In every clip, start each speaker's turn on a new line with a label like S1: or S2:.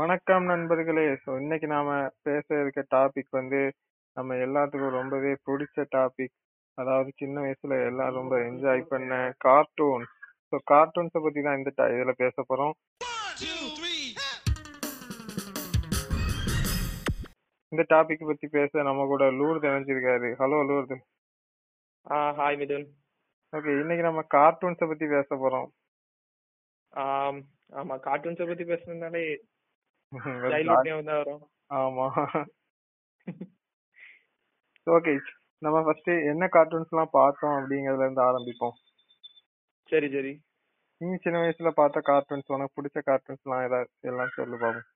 S1: வணக்கம் நண்பர்களே ஸோ இன்னைக்கு நாம பேச இருக்க டாபிக் வந்து நம்ம எல்லாத்துக்கும் ரொம்பவே பிடிச்ச டாபிக் அதாவது சின்ன வயசுல எல்லாம் ரொம்ப என்ஜாய் பண்ண கார்ட்டூன் ஸோ கார்ட்டூன்ஸை பத்தி தான் இந்த ti- இதுல பேச போறோம் இந்த டாபிக் பத்தி பேச நம்ம கூட லூர்து இணைஞ்சிருக்காரு ஹலோ லூர்து
S2: ஆ ஹாய் மிதுன்
S1: ஓகே இன்னைக்கு நம்ம கார்ட்டூன்ஸை பத்தி பேச போறோம்
S2: ஆம், ஆமா கார்ட்டூன்ஸை பத்தி பேசுனதுனாலே
S1: ஒரு
S2: சைல்ட்ஹுட்
S1: ஜா-
S2: ஞாபகம் தான் வரும்
S1: ஆமா ஓகே நம்ம ஃபர்ஸ்ட் என்ன கார்ட்டூன்ஸ்லாம் பார்த்தோம் அப்படிங்கறதுல இருந்து ஆரம்பிப்போம்
S2: சரி சரி
S1: நீ சின்ன வயசுல பார்த்த கார்ட்டூன்ஸ் உனக்கு பிடிச்ச கார்ட்டூன்ஸ்லாம் எல்லாம் எல்லாம் சொல்லு பாப்போம்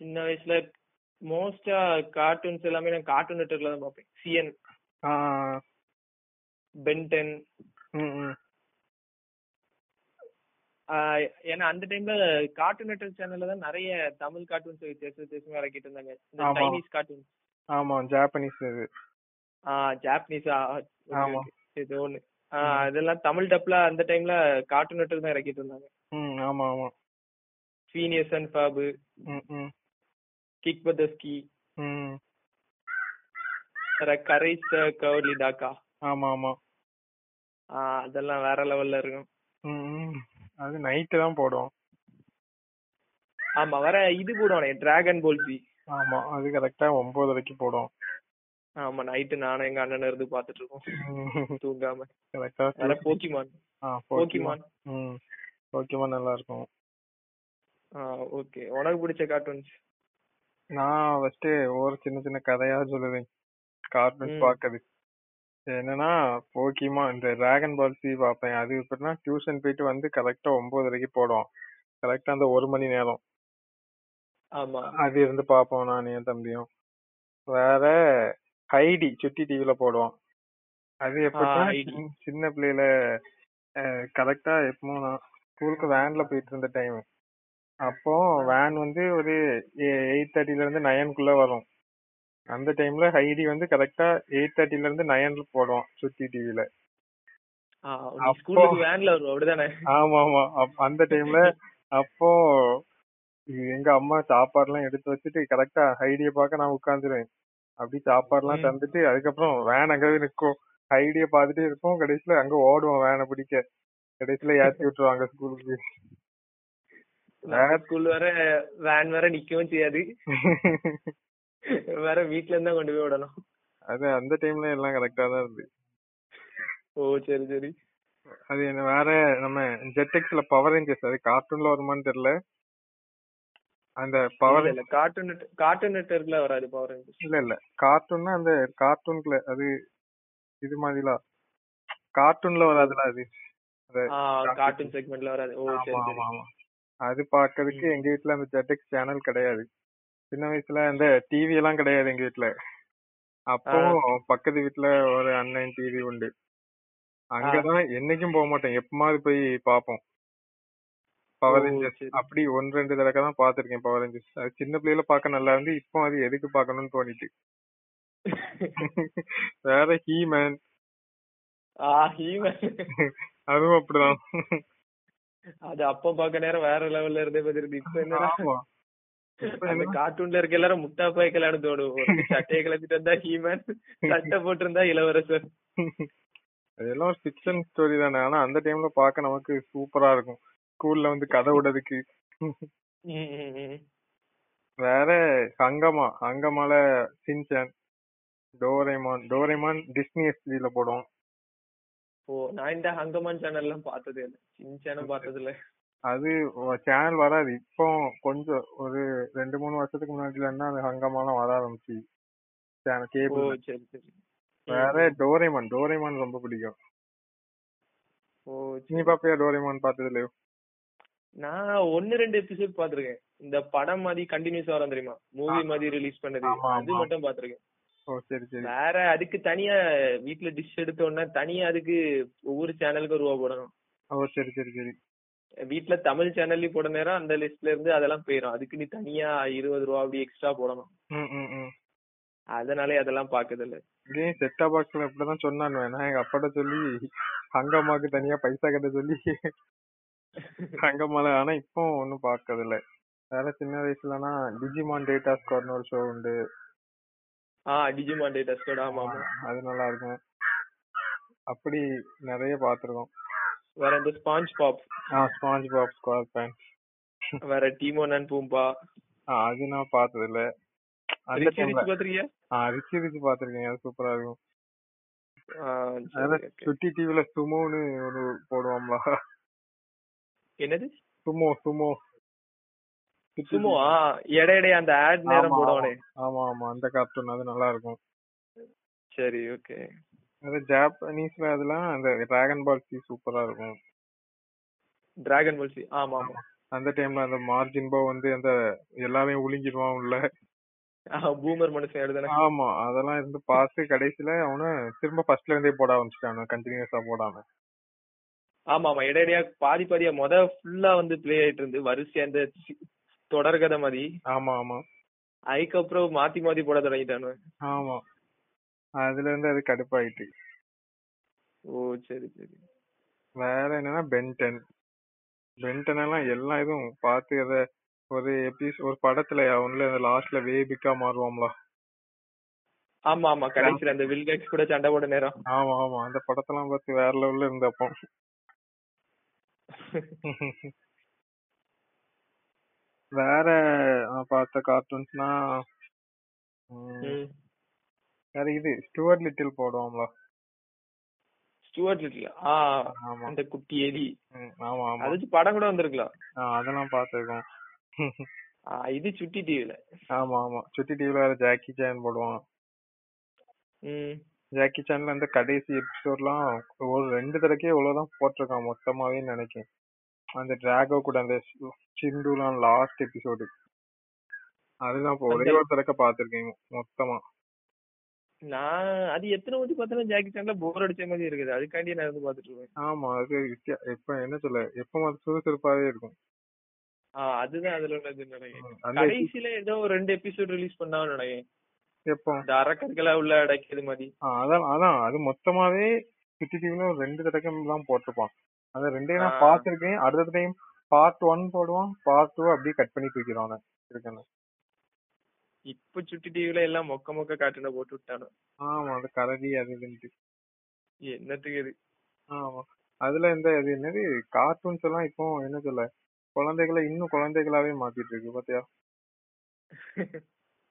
S2: சின்ன வயசுல மோஸ்டா கார்ட்டூன்ஸ் எல்லாமே நான் கார்ட்டூன் நெட்வொர்க்ல தான் பார்ப்பேன் சிஎன்
S1: ஆஹ்
S2: பென்டென்
S1: உம் உம்
S2: ஏன்னா அந்த டைம்ல கார்ட்டூன் நெட்வொர்க் சேனல்ல தான் நிறைய தமிழ் கார்ட்டூன்ஸ் தேச தேசமா இறக்கிட்டு இருந்தாங்க இந்த
S1: ஆமா.
S2: சைனீஸ் கார்ட்டூன்ஸ்
S1: ஆமா ஜாப்பனீஸ் இது
S2: ஜாப்பனீஸா
S1: ஆமா
S2: இது ஒண்ணு ஆ, இதெல்லாம் தமிழ் டப்ல அந்த டைம்ல கார்ட்டூன் நெட்வொர்க் தான் இறக்கிட்டு இருந்தாங்க
S1: ம் ஆமா ஆமா
S2: ஃபீனியஸ் அண்ட் ஃபாபு
S1: ம் ம்
S2: கிக் பதஸ்கி
S1: ம்
S2: கரேஜ் கவர்லி டாக்கா
S1: ஆமா ஆமா
S2: ஆஹ் அதெல்லாம் வேற லெவல்ல இருக்கும்
S1: ம் ம். அது நைட்டு தான் போடுவோம்
S2: ஆமா வேற இது போடுவானே டிராகன் போல் ஜி
S1: ஆமா அது கரெக்டா ஒன்பது வரைக்கும் போடுவோம்
S2: ஆமா நைட்டு நானும் எங்க அண்ணனும் இருந்து பாத்துட்டு இருக்கோம் தூங்காம
S1: கரெக்டா
S2: வேற போக்கிமான்
S1: ஆ
S2: போக்கிமான்
S1: ம் போக்கிமான் நல்லா இருக்கும்
S2: ஆஹ் ஓகே உனக்கு பிடிச்ச கார்ட்டூன்ஸ்
S1: நான் ஃபர்ஸ்ட் ஒரு சின்ன சின்ன கதையா சொல்லுவேன் கார்ட்டூன்ஸ்
S2: ம்.
S1: பாக்குறது என்னன்னா போக்கிமா இந்த டிராகன் பால் சி பார்ப்பேன் அது எப்படின்னா டியூஷன் போயிட்டு வந்து கரெக்டா ஒன்பது வரைக்கும் போடுவோம் கரெக்டா அந்த ஒரு மணி நேரம்
S2: ஆமா
S1: அது இருந்து பார்ப்போம் நான் என் தம்பியும் வேற ஹைடி சுட்டி டிவில போடுவோம் அது எப்படின்னா
S2: ஆ, ஹைடி.
S1: சின்ன- சின்ன பிள்ளையில கரெக்டா எப்போ நான் ஸ்கூலுக்கு வேன்ல போயிட்டு இருந்த டைம் அப்போ வேன் வந்து ஒரு எயிட் தேர்ட்டில இருந்து நைனுக்குள்ள வரும் அந்த டைம்ல ஹைடி வந்து கரெக்டா எயிட் தேர்ட்டில இருந்து நைன்ல போடுவோம் சுட்டி டிவில
S2: ஆ, நீ
S1: அப்போ-
S2: ஸ்கூலுக்கு வேன்ல வரும் அப்படிதானே
S1: ஆமா ஆமா அப்- அந்த டைம்ல அப்போ இது எங்க அம்மா சாப்பாடுலாம் எடுத்து வச்சுட்டு கரெக்டா ஹைடிய பார்க்க நான் உட்காந்துருவேன் அப்படி சாப்பாடுலாம்
S2: ம்.
S1: தந்துட்டு அதுக்கப்புறம் வேன் அங்கவே நிக்கும் ஹைடிய பார்த்துட்டே இருப்போம் கடைசியில அங்க ஓடுவோம் வேனை பிடிக்க கடைசியில ஏத்தி விட்டுருவாங்க ஸ்கூலுக்கு
S2: நம்ம ஸ்கூல் வேற வேன் வேற நிக்கவும் செய்யாது வேற வீட்ல இருந்தா கொண்டு போய் விடணும்
S1: அது அந்த டைம்ல எல்லாம் கரெக்டா தான் இருந்து
S2: ஓ சரி சரி
S1: அது என்ன வேற நம்ம ஜெட்டெக்ஸ்ல பவர் ரேஞ்சர்ஸ் அது கார்ட்டூன்ல வருமான்னு தெரியல அந்த பவர்
S2: இல்ல கார்ட்டூன் கார்ட்டூன் நெட்வொர்க்ல வராது பவர் ரேஞ்சர்ஸ்
S1: இல்ல இல்ல கார்ட்டூன்னா அந்த கார்ட்டூன்ல அது இது மாதிரிலாம் கார்ட்டூன்ல வராதுல அது அது
S2: கார்ட்டூன் செக்மெண்ட்ல வராது ஓ
S1: ஆமா,
S2: சரி சரி
S1: ஆமா, ஆமா. அது பாக்குறதுக்கு எங்க வீட்ல அந்த ஜெட்டெக்ஸ் சேனல் கிடையாது சின்ன வயசுல அந்த டிவி எல்லாம் கிடையாது எங்க வீட்ல அப்போ பக்கத்து வீட்ல ஒரு அண்ணன் டிவி உண்டு அங்கதான் என்னைக்கும் போக மாட்டேன் எப்பமாவது போய் பாப்போம் பவர்
S2: ஓ,
S1: ரேஞ்சர்ஸ்
S2: சரி.
S1: அப்படி ஒன்று ரெண்டு தடவை தான் பாத்திருக்கேன் பவர் ரேஞ்சர்ஸ் அது சின்ன பிள்ளையில பார்க்க நல்லா இருந்து இப்போ அது எதுக்கு பார்க்கணும்னு தோணிட்டு வேற ஹீமேன்
S2: ஆ ஹீமன்
S1: அதுவும் அப்படிதான்
S2: அது அப்ப பாக்க நேரம் வேற லெவல்ல இருந்தே பாத்துருக்கு இப்ப என்ன
S1: ஆமா இப்ப
S2: அந்த
S1: என்ன?
S2: கார்ட்டூன்ல இருக்க எல்லாரும் முட்டா பாய் கல்யாணம் தோடும் ஒரு சட்டையை கிளப்பிட்டு வந்தா ஹீமன் சட்டை போட்டிருந்தா இளவரசர்
S1: அதெல்லாம் ஒரு ஃபிக்ஷன் ஸ்டோரி தானே ஆனா அந்த டைம்ல பார்க்க நமக்கு சூப்பரா இருக்கும் ஸ்கூல்ல வந்து கதை விடுறதுக்கு
S2: ம், ம், ம்.
S1: வேற ஹங்கமா ஹங்கமால சின்சான் டோரேமான் டோரேமான் டிஸ்னி எஸ்டில போடுவோம்
S2: ஓ நான் இந்த ஹங்கமான் சேனல் எல்லாம் பார்த்தது இல்ல சின்சான பார்த்தது இல்ல
S1: அது சேனல் வராது இப்போ கொஞ்சம் ஒரு ரெண்டு மூணு வருஷத்துக்கு முன்னாடில இருந்தா அந்த ஹங்கமாலாம் வர ஆரம்பிச்சு சேனல்
S2: ஓ
S1: கேபிள்
S2: சரி சரி
S1: வேற டோரேமான் டோரேமான் ரொம்ப பிடிக்கும்
S2: ஓ சரி.
S1: நீ பாப்பியா டோரேமான் பார்த்தது இல்லையோ
S2: நான் ஒன்னு ரெண்டு எபிசோட் பாத்திருக்கேன் இந்த படம் மாதிரி கண்டினியூஸ் வரும் தெரியுமா மூவி மாதிரி ரிலீஸ் பண்ணது
S1: ஆமா, ஆமா.
S2: அது மட்டும் பாத்திருக்கேன்
S1: ஓ சரி சரி
S2: வேற அதுக்கு தனியா வீட்ல டிஷ் எடுத்தோம்னா தனியா அதுக்கு ஒவ்வொரு சேனலுக்கு ரூபா போடணும்
S1: ஓ சரி சரி சரி
S2: வீட்ல தமிழ் சேனல்லையும் போட நேரம் அந்த லிஸ்ட்ல இருந்து அதெல்லாம் போயிடும் அதுக்கு நீ தனியா இருபது ரூபா அப்படி எக்ஸ்ட்ரா போடணும்
S1: ம் ம் ம்
S2: அதனாலே அதெல்லாம் பாக்குது இல்ல
S1: இதே செட்டா பாக்ஸ்ல இப்படிதான் சொன்னானுவேன் நான் எங்க அப்பாட்ட சொல்லி ஹங்கம்மாக்கு தனியா பைசா கட்ட சொல்லி அங்க மழை ஆனா இப்போ ஒண்ணும் பாக்கறது இல்ல வேற சின்ன வயசுலனா டிஜிமான் டேட்டா ஸ்கோர்னு ஒரு ஷோ உண்டு
S2: ஆ டிஜிமான் டேட்டா ஸ்கோட் ஆமா ஆமா
S1: அது நல்லா இருக்கும் அப்படி நிறைய பாத்துருக்கோம்
S2: வேற இந்த SpongeBob
S1: SpongeBob square pan
S2: வேற டீமோனன் பூம்பா
S1: அது நான் பார்த்தது இல்ல அந்த
S2: ரிச்சி
S1: டைம்ல
S2: ரிச்சி பாத்திருக்கியா
S1: ரிச்சி ரிச்சி பாத்திருக்கேன் அது சூப்பரா இருக்கும்
S2: ஆ, சரி,
S1: வேற
S2: okay.
S1: சுட்டி டிவில சுமோன்னு ஒரு போடுவோம்ல
S2: என்னது
S1: சுமோ சுமோ சுட்டி TV.
S2: சும்மா எடை எடை அந்த ஆட் நேரம்
S1: ஆமா,
S2: போடுவானே
S1: ஆமா ஆமா அந்த கார்ட்டூன் அது நல்லா இருக்கும்
S2: சரி ஓகே
S1: அது ஜாப்பனீஸ்ல அதெல்லாம் அந்த டிராகன் பால் சி சூப்பரா இருக்கும்
S2: டிராகன் பால்சி ஆமா ஆமா
S1: அந்த டைம்ல அந்த மார்ஜின் போ வந்து அந்த எல்லாரையும் உழுங்கிடுவான் உள்ள
S2: பூமர் மனுஷன் எழுதுன
S1: ஆமா அதெல்லாம் இருந்து பார்த்து கடைசியில அவனு திரும்ப ஃபர்ஸ்ட்ல இருந்தே போட ஆரம்பிச்சிட்டான் கண்டினியூஸா போடாம
S2: ஆமா ஆமா இடையிடையா பாதி பாதியா மொத ஃபுல்லா வந்து ப்ளே ஆயிட்டு இருந்து வரிசையா இந்த சி- தொடர்கதை மாதிரி
S1: ஆமா ஆமா
S2: அதுக்கப்புறம் மாத்தி மாத்தி போட தொடங்கிட்டானு
S1: ஆமா அதுல இருந்து அது கடுப்பாயிட்டு
S2: ஓ சரி சரி
S1: வேற என்னன்னா பென்டன் பென்டன் எல்லாம் எல்லா இதுவும் பார்த்து அத ஒரு எபிசோட் ஒரு படத்துல அவன்ல லாஸ்ட்ல வேபிக்கா மாறுவோம்ல
S2: ஆமா ஆமா கடைசியில அந்த வில்கெக்ஸ் கூட சண்டை போட நேரம்
S1: ஆமா ஆமா அந்த படத்தெல்லாம் பார்த்து வேற லெவல்ல இருந்தப்போ வேற நான் பார்த்த கார்ட்டூன்ஸ்னா
S2: ம்.
S1: வேற இது ஸ்டுவர்ட் லிட்டில் போடுவோம்ல
S2: ஸ்டுவர்ட் லிட்டில் ஆ
S1: ஆமா
S2: அந்த குட்டி எலி
S1: ம், ஆமா ஆமா
S2: அது வச்சு படம் கூட வந்திருக்கலாம்
S1: ஆ, அதெல்லாம் பார்த்திருக்கோம்
S2: ஆ, இது சுட்டி டிவில
S1: ஆமா ஆமா சுட்டி டிவில வேற ஜாக்கி சான் போடுவான்
S2: ம்
S1: ஜாக்கி சான்ல அந்த கடைசி எபிசோட்லாம் ஒரு ரெண்டு தடவைக்கே இவ்வளவுதான் போட்டிருக்கான் மொத்தமாவே நினைக்கிறேன் அந்த டிராகோ கூட அந்த சிந்துலாம் லாஸ்ட் எபிசோடு அதுதான் இப்போ ஒரே
S2: அந்த-
S1: ஒரு தடக்க பாத்திருக்கேன் மொத்தமா
S2: நான் அது எத்தனை வாட்டி பார்த்தாலும் ஜாக்கி சான்ல போர் அடிச்ச மாதிரி இருக்குது அதுக்காண்டி நான் இருந்து பார்த்துட்டு இருக்கேன்
S1: ஆமா அது வித்தியா- எப்ப என்ன சொல்ல எப்பவும் அது சுறுசுறுப்பாவே இருக்கும்
S2: ஆ, அதுதான் அதுல உள்ளது நினைக்கிறேன்
S1: அந்த
S2: கடைசியில ஏதோ ஒரு ரெண்டு எபிசோட் ரிலீஸ் பண்ணான்னு நினைக்கிறேன்
S1: எப்போ
S2: இந்த அறக்கற்களா உள்ள அடைக்கிறது மாதிரி
S1: ஆ, அதான் அதான் அது மொத்தமாவே சுத்தி டிவில ஒரு ரெண்டு தடக்கம் தான் போட்டிருப்பான் அந்த ரெண்டே நான்
S2: ஆ.
S1: பார்த்திருக்கேன் அடுத்த டைம் பார்ட் ஒன் போடுவான் பார்ட் டூ அப்படியே கட் பண்ணி தூக்கிடுவான் அவன். இருக்கணும்
S2: இப்ப சுட்டி டிவில எல்லாம் மொக்க மொக்க காட்டுன போட்டு விட்டானோ
S1: ஆமா அது கரடி அது இதுன்ட்டு
S2: என்னத்துக்கு இது
S1: ஆமா அதுல இந்த இது என்னது கார்ட்டூன்ஸ் எல்லாம் இப்போ என்ன சொல்ல குழந்தைகளை இன்னும் குழந்தைகளாவே மாத்திட்டு இருக்கு பாத்தியா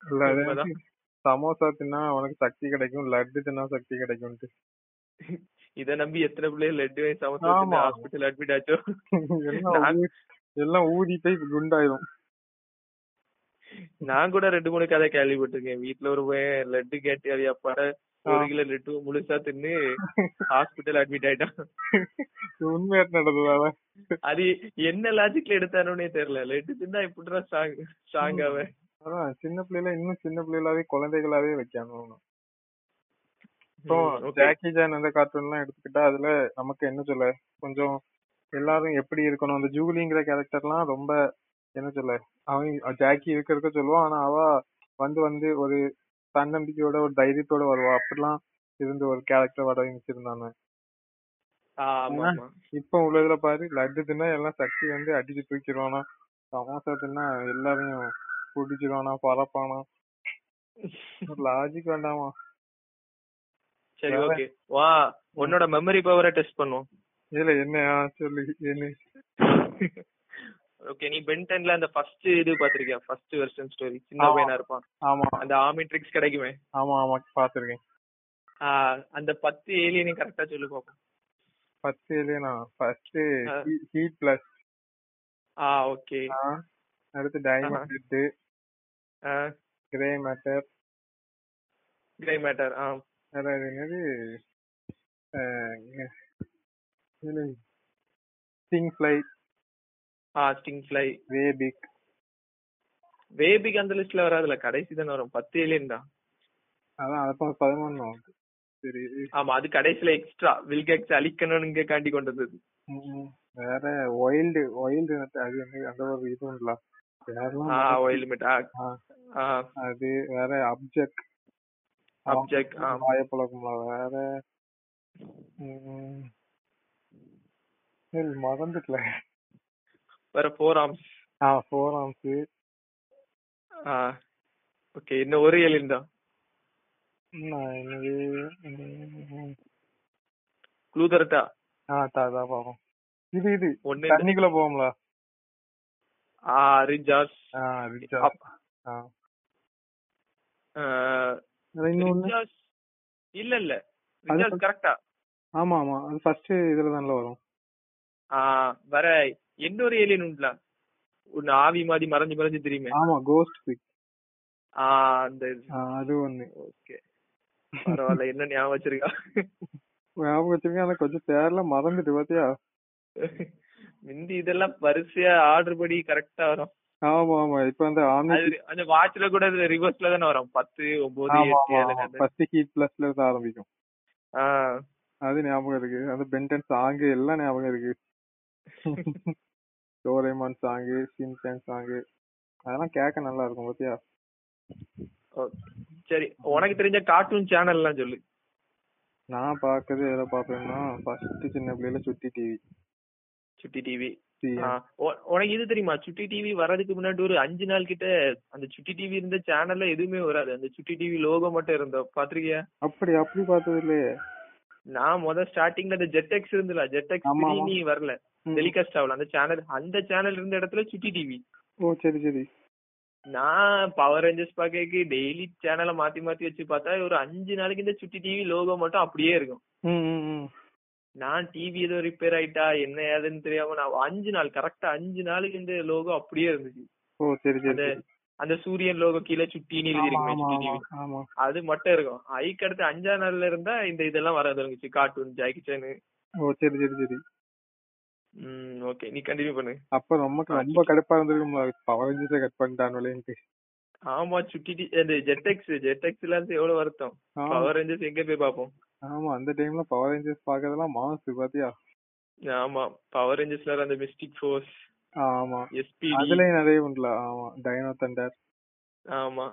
S1: இல்ல அது
S2: உண்மைதான்.
S1: வந்து சமோசா தின்னா அவனுக்கு சக்தி கிடைக்கும் லட்டு தின்னா சக்தி கிடைக்கும்ட்டு
S2: இத நம்பி எத்தனை பிள்ளைய லட்டு வாங்கி
S1: ஆமா.
S2: சமத்து ஹாஸ்பிட்டல் அட்மிட் ஆச்சோ
S1: எல்லாம் ஊ- எல்லாம் ஊதி போய் குண்டாயிரும்
S2: நான் கூட ரெண்டு மூணு கதை கேள்விப்பட்டிருக்கேன் வீட்ல ஒரு பையன் லட்டு கேட்டு அவ அப்பாட ஒரு கிலோ லட்டு முழுசா தின்னு ஹாஸ்பிட்டல் அட்மிட் ஆயிட்டான்
S1: இது உண்மையா நடந்ததால
S2: அது என்ன லாஜிக்ல எடுத்தானே தெரியல லட்டு தின்னா இப்படிதான் ஸ்ட்ராங் ஸ்ட்ராங் அவன்
S1: அதான் சின்ன பிள்ளைல இன்னும் சின்ன பிள்ளைகளாவே குழந்தைகளாவே வைக்கணும் இப்போ
S2: ம், okay.
S1: ஜாக்கி ஜான் அந்த கார்ட்டூன் எல்லாம் எடுத்துக்கிட்டா அதுல நமக்கு என்ன சொல்ல கொஞ்சம் எல்லாரும் எப்படி இருக்கணும் அந்த ஜூலிங்கிற கேரக்டர் எல்லாம் ரொம்ப என்ன சொல்ல அவன் ஜாக்கி இருக்க இருக்க சொல்லுவான் ஆனா அவ வந்து வந்து ஒரு தன்னம்பிக்கையோட ஒரு தைரியத்தோட வருவா அப்படிலாம் இருந்த ஒரு கேரக்டர் வர வச்சிருந்தாங்க
S2: ஆ, ஆமா ஆமா
S1: இப்போ உள்ளதுல பாரு லட்டு தின்னா எல்லாம் சக்தி வந்து அடிச்சு தூக்கிடுவானா சமோசா தின்னா எல்லாரையும் பிடிச்சிருவானா பறப்பானா லாஜிக் வேண்டாமா
S2: சரி ஓகே வா உன்னோட மெமரி பவரை டெஸ்ட் பண்ணுவோம்
S1: இதுல என்ன ஆ, சொல்லு என்ன
S2: ஓகே நீ பென்டன்ல அந்த ஃபர்ஸ்ட் இது பாத்திருக்கியா ஃபர்ஸ்ட் வெர்ஷன் ஸ்டோரி சின்ன
S1: ஆமா.
S2: பையனா இருப்பான்
S1: ஆமா
S2: அந்த ஆமி ட்ரிக்ஸ் கிடைக்குமே
S1: ஆமா ஆமா பாத்திருக்கேன்
S2: ஆஹ் அந்த பத்து ஏலியனையும் கரெக்டா சொல்லு பாப்போம்
S1: ஃபர்ஸ்ட் இல்லையா ஃபர்ஸ்ட்
S2: ஆ.
S1: ஹீட் பிளஸ்
S2: ஆ ஓகே
S1: அடுத்து Diamondhead grey matter
S2: grey matter ஆ
S1: வேற அது என்னது திங் ஃபிளை
S2: ஆ Stinkfly
S1: way big
S2: way big அந்த லிஸ்ட்ல வராதுல கடைசி தானே வரும் பத்து ஏலியன் தான்
S1: அதான் அதுக்கு பதினொன்னு சரி
S2: ஆமா அது கடைசில எக்ஸ்ட்ரா வில்கெக்ஸ் அழிக்கணும்னு காண்டி கொண்டு வந்தது
S1: ம், ம். வேற ஒயில்டு ஒயில்டு அது என்ன அந்த ஒரு இது உண்டுல வேறலாம்
S2: ஆ
S1: மறந்து-
S2: ஒயில் லிமிட் ஆ
S1: ஆ,
S2: ஆ
S1: அது வேற அப்ஜெக்ட்
S2: Object, ஆ.
S1: வாயப்பழக்கம்ல வேற ம், ம். ஏய், மறந்துட்டல
S2: வேற ஃபோர் ஆர்ம்ஸ்
S1: ஆ ஃபோர் ஆம்ஸ்
S2: ஓகே இன்னும் ஒரு எலின் தான்
S1: நான் என்னது
S2: க்ளூ தரட்டா
S1: ஆ தாதா பாப்போம் இது இது
S2: ஒண்ணு இல்ல.
S1: தண்ணிக்குள்ள போவோம்ல
S2: ஆ ரிஜாஸ்
S1: ஆ ரிச்சா ஆ அது இன்னொன்னு
S2: ரிஜாஸ் இல்ல இல்ல
S1: அது
S2: ரிஜாஸ்
S1: பத்தி-
S2: கரெக்டா
S1: ஆமா ஆமா அது ஃபர்ஸ்ட் இதுல தான்ல வரும்
S2: ஆ வேற இன்னொரு ஏலியன் உண்டுல ஒன்னு ஆவி மாதிரி மறைஞ்சு மறைஞ்சு தெரியுமே
S1: ஆமா கோஸ்ட் பிக்
S2: ஆ அந்த
S1: அது ஒண்ணு
S2: ஓகே பரவாயில்ல என்ன ஞாபகம் வச்சிருக்கா
S1: ஞாபகம் வச்சிருக்கேன் ஆனா கொஞ்சம் பேர்ல மறந்துட்டு பாத்தியா
S2: முந்தி இதெல்லாம் வரிசையா ஆர்டர் படி கரெக்டா வரும்
S1: ஆமா ஆமா இப்ப அந்த ஆம்னி
S2: அது அந்த வாட்ச்ல கூட ரிவர்ஸ்ல தானே வரும் பத்து ஒன்பது எட்டு அதுல அந்த-
S1: ஃபர்ஸ்ட் ஹீட் பிளஸ்ல இருந்து ஆரம்பிக்கும்
S2: ஆ,
S1: அது ஞாபகம் இருக்கு அந்த பென்டன் சாங் எல்லாம் ஞாபகம் இருக்கு டோரேமான் சாங் சின்சான் சாங் அதெல்லாம் கேட்க நல்லா இருக்கும் பாத்தியா
S2: okay. சரி உனக்கு தெரிஞ்ச கார்ட்டூன் சேனல்லாம் சொல்லு
S1: நான் பாக்குறது எதை பாப்பேன்னா ஃபர்ஸ்ட் சின்ன பிள்ளையில சுட்டி டிவி
S2: சுட்டி டிவி உனக்கு இது தெரியுமா சுட்டி டிவி வர்றதுக்கு முன்னாடி ஒரு அஞ்சு நாள் கிட்ட அந்த சுட்டி டிவி இருந்த சேனல்ல எதுவுமே வராது அந்த சுட்டி டிவி லோகோ மட்டும் இருந்தோம் பாத்திருக்கியா
S1: அப்படி அப்படி பார்த்தது இல்லையே
S2: நான் முத ஸ்டார்டிங்ல அந்த ஜெட்டெக்ஸ் இருந்துல ஜெட்டெக்ஸ்
S1: ஆமா, ஆமா.
S2: நீ வரல
S1: ம்.
S2: டெலிகாஸ்ட் ஆகல அந்த சேனல் அந்த சேனல் இருந்த இடத்துல சுட்டி டிவி
S1: ஓ சரி சரி
S2: நான் பவர் ரேஞ்சர்ஸ் பாக்கக்கு டெய்லி சேனலை மாத்தி மாத்தி வச்சு பார்த்தா ஒரு அஞ்சு நாளைக்கு இந்த சுட்டி டிவி லோகோ மட்டும் அப்படியே இருக்கும்
S1: ம், ம், ம்.
S2: நான் டிவி ஏதோ ரிப்பேர் ஆயிட்டா என்ன ஏதுன்னு தெரியாம நான் அஞ்சு நாள் கரெக்டா அஞ்சு நாளுக்கு இந்த லோகோ அப்படியே இருந்துச்சு
S1: ஓ சரி சரி
S2: அந்த
S1: சரி.
S2: அந்த சூரியன் லோகோ கீழே சுட்டின்னு
S1: ஆமா,
S2: எழுதிருக்குமே
S1: ஆமா,
S2: சுட்டி
S1: ஆமா,
S2: டிவி
S1: ஆமா.
S2: அது மட்டும் இருக்கும் ஐக்கு அடுத்து அஞ்சாம் நாள்ல இருந்தா இந்த இதெல்லாம் வர தொடங்குச்சு கார்ட்டூன் ஜாக்கி சேனு
S1: ஓ சரி சரி சரி
S2: ம் ஓகே நீ கண்டினியூ பண்ணு
S1: அப்ப ரொம்ப
S2: ஆ,
S1: ரொம்ப கடுப்பா இருந்திருக்கும்ல பவர் ரேஞ்சர்ஸை கட் பண்ணிட்டான் விளையாண்டு
S2: ஆமா சுட்டி டி- அந்த ஜெட்டெக்ஸ் ஜெட்டெக்ஸ் எல்லாம் எவ்வளவு வருத்தம் பவர் ரேஞ்சர்ஸ் எங்க போய் பாப்போம்
S1: ஆமா அந்த டைம்ல பவர் ரேஞ்சர்ஸ் பாக்குறதெல்லாம் மாசு பாத்தியா
S2: ஆமா பவர் ரேஞ்சர்ஸ்ல அந்த மிஸ்டிக் ஃபோர்ஸ்
S1: ஆமா
S2: எஸ்பிடி
S1: அதுலயும் நிறைய உண்டுல ஆமா டைனோ தண்டர்
S2: ஆமா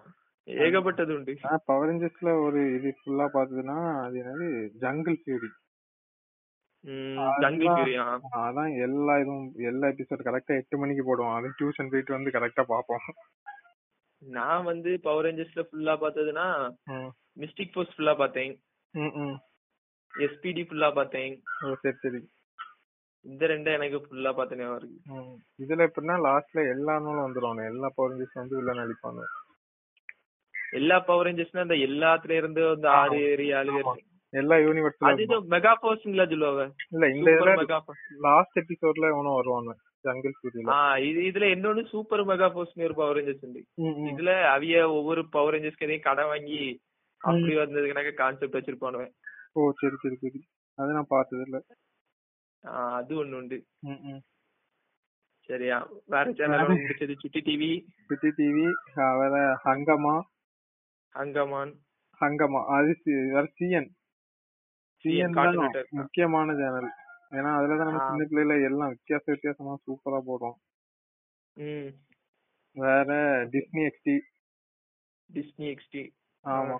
S2: ஏகப்பட்டது உண்டு
S1: ஆனா பவர் ரேஞ்சர்ஸ்ல ஒரு இது ஃபுல்லா பாத்ததுன்னா அது என்னது ஜங்கிள் ஃபியூரி
S2: ம்,
S1: அதுதான்.
S2: ஜங்கிள் ஃபியூரி ஆ.
S1: அதான் எல்லா இதுவும் எல்லா எபிசோட் கரெக்டா எட்டு மணிக்கு போடுவோம் அது டியூஷன் போயிட்டு வந்து கரெக்டா பாப்போம்
S2: நான் வந்து பவர் ரேஞ்சர்ஸ்ல ஃபுல்லா பார்த்ததுன்னா
S1: ம்.
S2: மிஸ்டிக் ஃபோர்ஸ் ஃபுல்லா பார்த்தேன்
S1: ம், ம்.
S2: எஸ்பிடி ஃபுல்லா பார்த்தேன்
S1: ஓ சரி சரி
S2: இந்த ரெண்டும் எனக்கு ஃபுல்லா பார்த்தேன் ஞாபகம் இருக்கு
S1: ம். இதுல எப்படின்னா லாஸ்ட்ல எல்லா நூலும் வந்துரும் எல்லா பவர் ரேஞ்சர்ஸ் வந்து வில்லன் அழிப்பாங்க
S2: எல்லா பவர் ரேஞ்சர்ஸ்னா அந்த எல்லாத்துல இருந்து அந்த ஆறு ஏறி ஏழு
S1: ஆமா.
S2: ஏறி
S1: எல்லா யூனிவர்ஸ்ல
S2: அது ஏதோ மெகா ஃபோர்ஸ்ங்களா சொல்லுவாங்க
S1: இல்ல இந்த
S2: சூப்பர்
S1: இதுல
S2: மெகா ஃபோர்ஸ்
S1: லாஸ்ட் எபிசோட்ல எவனோ வருவானு ஜங்கிள் ஃபியூரியில
S2: ஆஹ் இது இதுல இன்னொன்னு சூப்பர் மெகா ஃபோர்ஸ் ஒரு பவர் ரேஞ்சர்ஸ் உண்டு இதுல அவிய ஒவ்வொரு பவர் ரேஞ்சர்ஸ்க்கு எதையும் கடன் வாங்கி அப்படி வந்தது எனக்கு கான்செப்ட் வச்சிருப்பானுவேன்
S1: ஓ சரி சரி சரி அது நான் பார்த்தது இல்ல
S2: ஆஹ் அது ஒண்ணு உண்டு
S1: ம், ம்.
S2: சரியா வேற சேனல் பிடிச்சது சுட்டி டிவி
S1: சுட்டி டிவி வேற ஹங்கமா
S2: அங்கமான்
S1: ஹங்கமா அது சி- வேற சிஎன்
S2: CN
S1: சிஎன்
S2: Cartoon
S1: தான்
S2: Network.
S1: முக்கியமான சேனல் ஏன்னா அதுல தான் நம்ம
S2: ஆ.
S1: சின்ன பிள்ளைல எல்லாம் வித்தியாச வித்தியாசமா சூப்பரா போடுறோம்
S2: ம்
S1: வேற டிஸ்னி எக்ஸ்டி
S2: டிஸ்னி எக்ஸ்டி
S1: ஆமா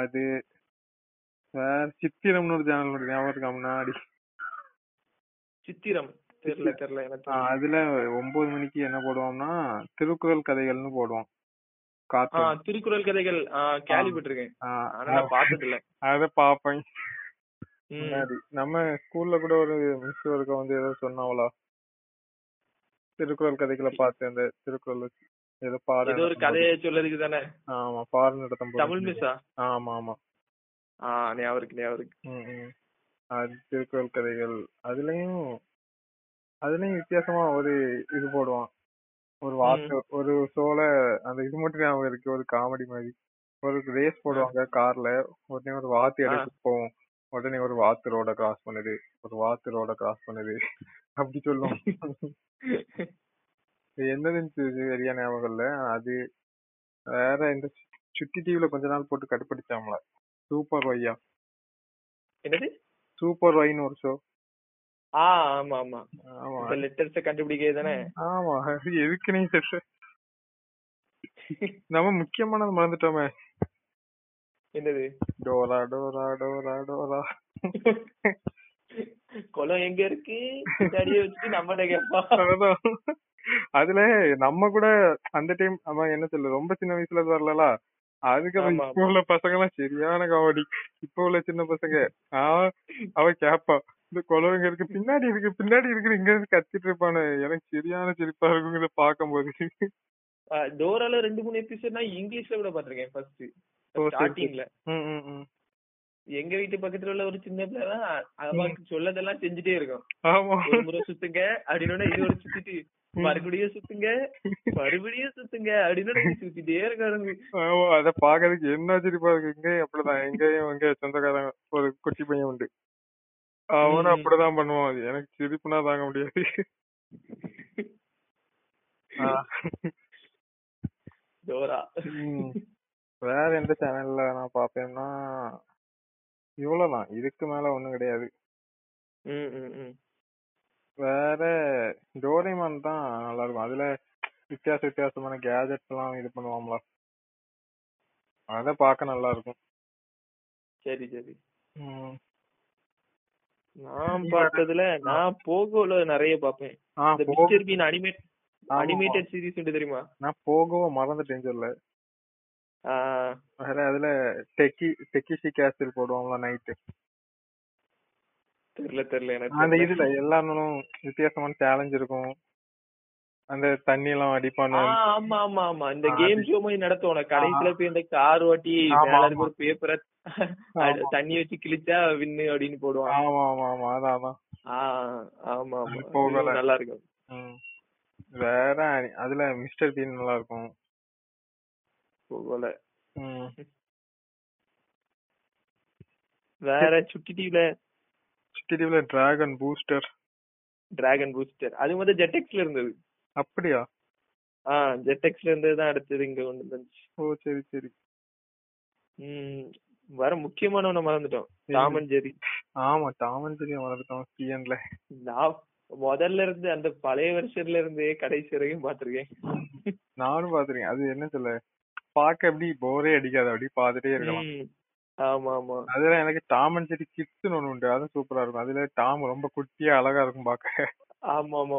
S1: அது வேற சித்திரம்னு ஒரு சேனல் இருக்கு ஞாபகம் இருக்கா முன்னாடி
S2: சித்திரம் தெரியல தெரியல எனக்கு
S1: ஆ, அதுல ஒன்பது மணிக்கு என்ன போடுவோம்னா திருக்குறள் கதைகள்னு போடுவோம்
S2: ஆ
S1: கார்ட்டூன்
S2: திருக்குறள் கதைகள் ஆ, கேள்விப்பட்டிருக்கேன் ஆனா நான் பார்த்தது இல்ல
S1: அத பாப்பேன்
S2: ம்.
S1: முன்னாடி நம்ம ஸ்கூல்ல கூட ஒரு மிஸ் ஒருக்க வந்து ஏதோ சொன்னாவளா திருக்குறள் கதைகளை பார்த்து அந்த திருக்குறள் வச்சு ஏதோ
S2: ஏதோ ஒரு
S1: பாடம்
S2: கதையை சொல்லதுக்கு தானே
S1: ஆமா பாடம் நடத்தும் போது.
S2: தமிழ் மிஸ்ஸா
S1: ஆமா ஆமா
S2: ஆ ஞாபகம் இருக்கு ஞாபகம் இருக்கு
S1: ம், ம். அது திருக்குறள் கதைகள் அதுலயும் அதுலயும் வித்தியாசமா ஒரு இது போடுவான் ஒரு வார்த்தை ஒரு ஷோல அந்த இது மட்டும் ஞாபகம் இருக்கு ஒரு காமெடி மாதிரி ஒரு ரேஸ் போடுவாங்க கார்ல உடனே ஒரு வாத்து எடுத்துட்டு போவோம் உடனே ஒரு வாத்து ரோட கிராஸ் பண்ணுது ஒரு வாத்து ரோட கிராஸ் பண்ணுது அப்படி சொல்லுவோம் இது என்னதுன்னு தெரி- சரியா ஞாபகம் இல்ல அது வேற இந்த சு- சுட்டி டிவில கொஞ்ச நாள் போட்டு கடுப்பிடிச்சாம்ல சூப்பர் ஒய்யா
S2: என்னது
S1: சூப்பர் ஒய்னு ஒரு ஷோ
S2: ஆ ஆமா ஆமா
S1: ஆமா
S2: இந்த லெட்டர்ஸ கண்டுபிடிக்கிறது தானே
S1: ஆமா அது எதுக்குன்னே தெரியல நம்ம முக்கியமானது மறந்துட்டோமே
S2: என்னது
S1: டோரா டோரா டோரா டோரா
S2: குளம் எங்க இருக்கு தடிய வச்சுட்டு நம்மகிட்ட கேட்பான்
S1: அதான். அதுல நம்ம கூட அந்த டைம் அவன் என்ன சொல்ல ரொம்ப சின்ன வயசுல இருந்து வரல அதுக்கப்புறம்
S2: ஆமா,
S1: இப்ப உள்ள பசங்க எல்லாம் சரியான காமெடி இப்ப உள்ள சின்ன பசங்க அவன் அவ கேப்பா இந்த குழந்தைங்க இருக்கு பின்னாடி இருக்கு பின்னாடி இருக்கு இங்க இருந்து கத்திட்டு இருப்பானு எனக்கு சரியான சிரிப்பா இருக்குங்கிறத பாக்கும்போது
S2: அஹ் டோரால ரெண்டு மூணு எபிசோட் நான் இங்கிலீஷ்ல கூட பாத்திருக்கேன் ஃபர்ஸ்ட்
S1: ஓ, சரி, சரி.
S2: ஸ்டார்டிங்ல
S1: ம், ம், ம்.
S2: எங்க வீட்டு பக்கத்துல உள்ள ஒரு சின்ன பிள்ளை தான் அவனுக்கு சொல்லதெல்லாம் செஞ்சுட்டே இருக்கும்
S1: ஆமா
S2: ஒரு முறை சுத்துங்க அப்படின்னு இது ஒரு சுத்திட்டு மறுபடியும் சுத்துங்க மறுபடியும் சுத்துங்க அப்படின்னு சுத்திட்டே இருக்காருங்க
S1: ஆமா அத பாக்குறதுக்கு என்ன சிரிப்பா இருக்கு இங்கேயும் அப்படிதான் எங்கேயும் எங்க சொந்தக்காரன் ஒரு குட்டி பையன் உண்டு அவனும்
S2: ம்.
S1: அப்படிதான் பண்ணுவான் அது எனக்கு சிரிப்புனா தாங்க முடியாது ஆ.
S2: டோரா
S1: ம். வேற எந்த சேனல்ல நான் பாப்பேன்னா இவ்வளவுதான் இதுக்கு மேல ஒண்ணும் கிடையாது
S2: ம், ம், ம்.
S1: வேற டோரிமான் தான் நல்லா இருக்கும் அதுல வித்தியாச வித்தியாசமான கேஜெட்ஸ் எல்லாம் இது பண்ணுவாங்களா அத பார்க்க நல்லா இருக்கும்
S2: சரி சரி
S1: ம்.
S2: நான் பார்த்ததுல நான் போகோல நிறைய பாப்பேன்
S1: ஆ,
S2: இந்த
S1: போ-
S2: மிஸ்டர் பீன் அனிமேட்
S1: ஆமா.
S2: அனிமேட்டட் சீரிஸ் உண்டு தெரியுமா
S1: நான் போகவோ மறந்துட்டேன் சொல்ல
S2: ஆஹ்
S1: வேற அதுல டெக்கி டெக்கிஷி கேஸ்டில் போடுவாங்களா நைட்டு
S2: தெரியல தெரியல
S1: அந்த
S2: எனக்கு
S1: இதுல எல்லா நாளும் வித்தியாசமான சேலஞ்ச் இருக்கும் அந்த தண்ணி எல்லாம் அடிப்பானு
S2: ஆ, ஆமா ஆமா ஆமா இந்த
S1: ஆ,
S2: கேம் ஷோ மாதிரி நடத்துவோம் கடைசியில போய் இந்த கார் ஓட்டி
S1: ஆமா,
S2: மேல
S1: ஆமா.
S2: இருக்க ஒரு பேப்பரை
S1: ஆமா.
S2: தண்ணி வச்சு கிழிச்சா வின்னு அப்படின்னு போடுவான்
S1: ஆமா ஆமா ஆமா அதான் அதான்
S2: ஆ, ஆமா ஆமா
S1: அது போகல.
S2: இதுவும் நல்லா இருக்கும்
S1: ம். வேற அனி- அதுல மிஸ்டர் பீன் நல்லா இருக்கும்
S2: போகல
S1: ம்.
S2: வேற சுட்டி டிவில
S1: சிட்டிடிவில டிராகன் பூஸ்டர்
S2: டிராகன் பூஸ்டர் அது வந்து ஜெட்டெக்ஸ்ல இருந்தது
S1: அப்படியா
S2: ஆ ஜெட்டெக்ஸ்ல இருந்தது தான் அடுத்தது இங்க கொண்டு வந்துச்சு
S1: ஓ சரி சரி
S2: ம் வர முக்கியமானவன மறந்துட்டோம் டாமன் ஜெரி
S1: ஆமா டாமன் தெரியும் வளர்த்தோம் சிஎன்ல
S2: நான் முதல்ல இருந்து அந்த பழைய வருஷத்துல இருந்தே கடைசி வரைக்கும் பாத்திருக்கேன்
S1: நானும் பாத்துருக்கேன் அது என்ன சொல்ல பாக்க அப்படி போரே அடிக்காது அப்படி பாத்துட்டே இருக்கலாம்
S2: ம். ஆமா ஆமா
S1: அதுல எனக்கு டாம் அண்ட் செடி கிட்ஸ்னு ஒண்ணு உண்டு அது சூப்பரா இருக்கும் அதுல டாம் ரொம்ப குட்டியா அழகா இருக்கும் பாக்க
S2: ஆமா ஆமா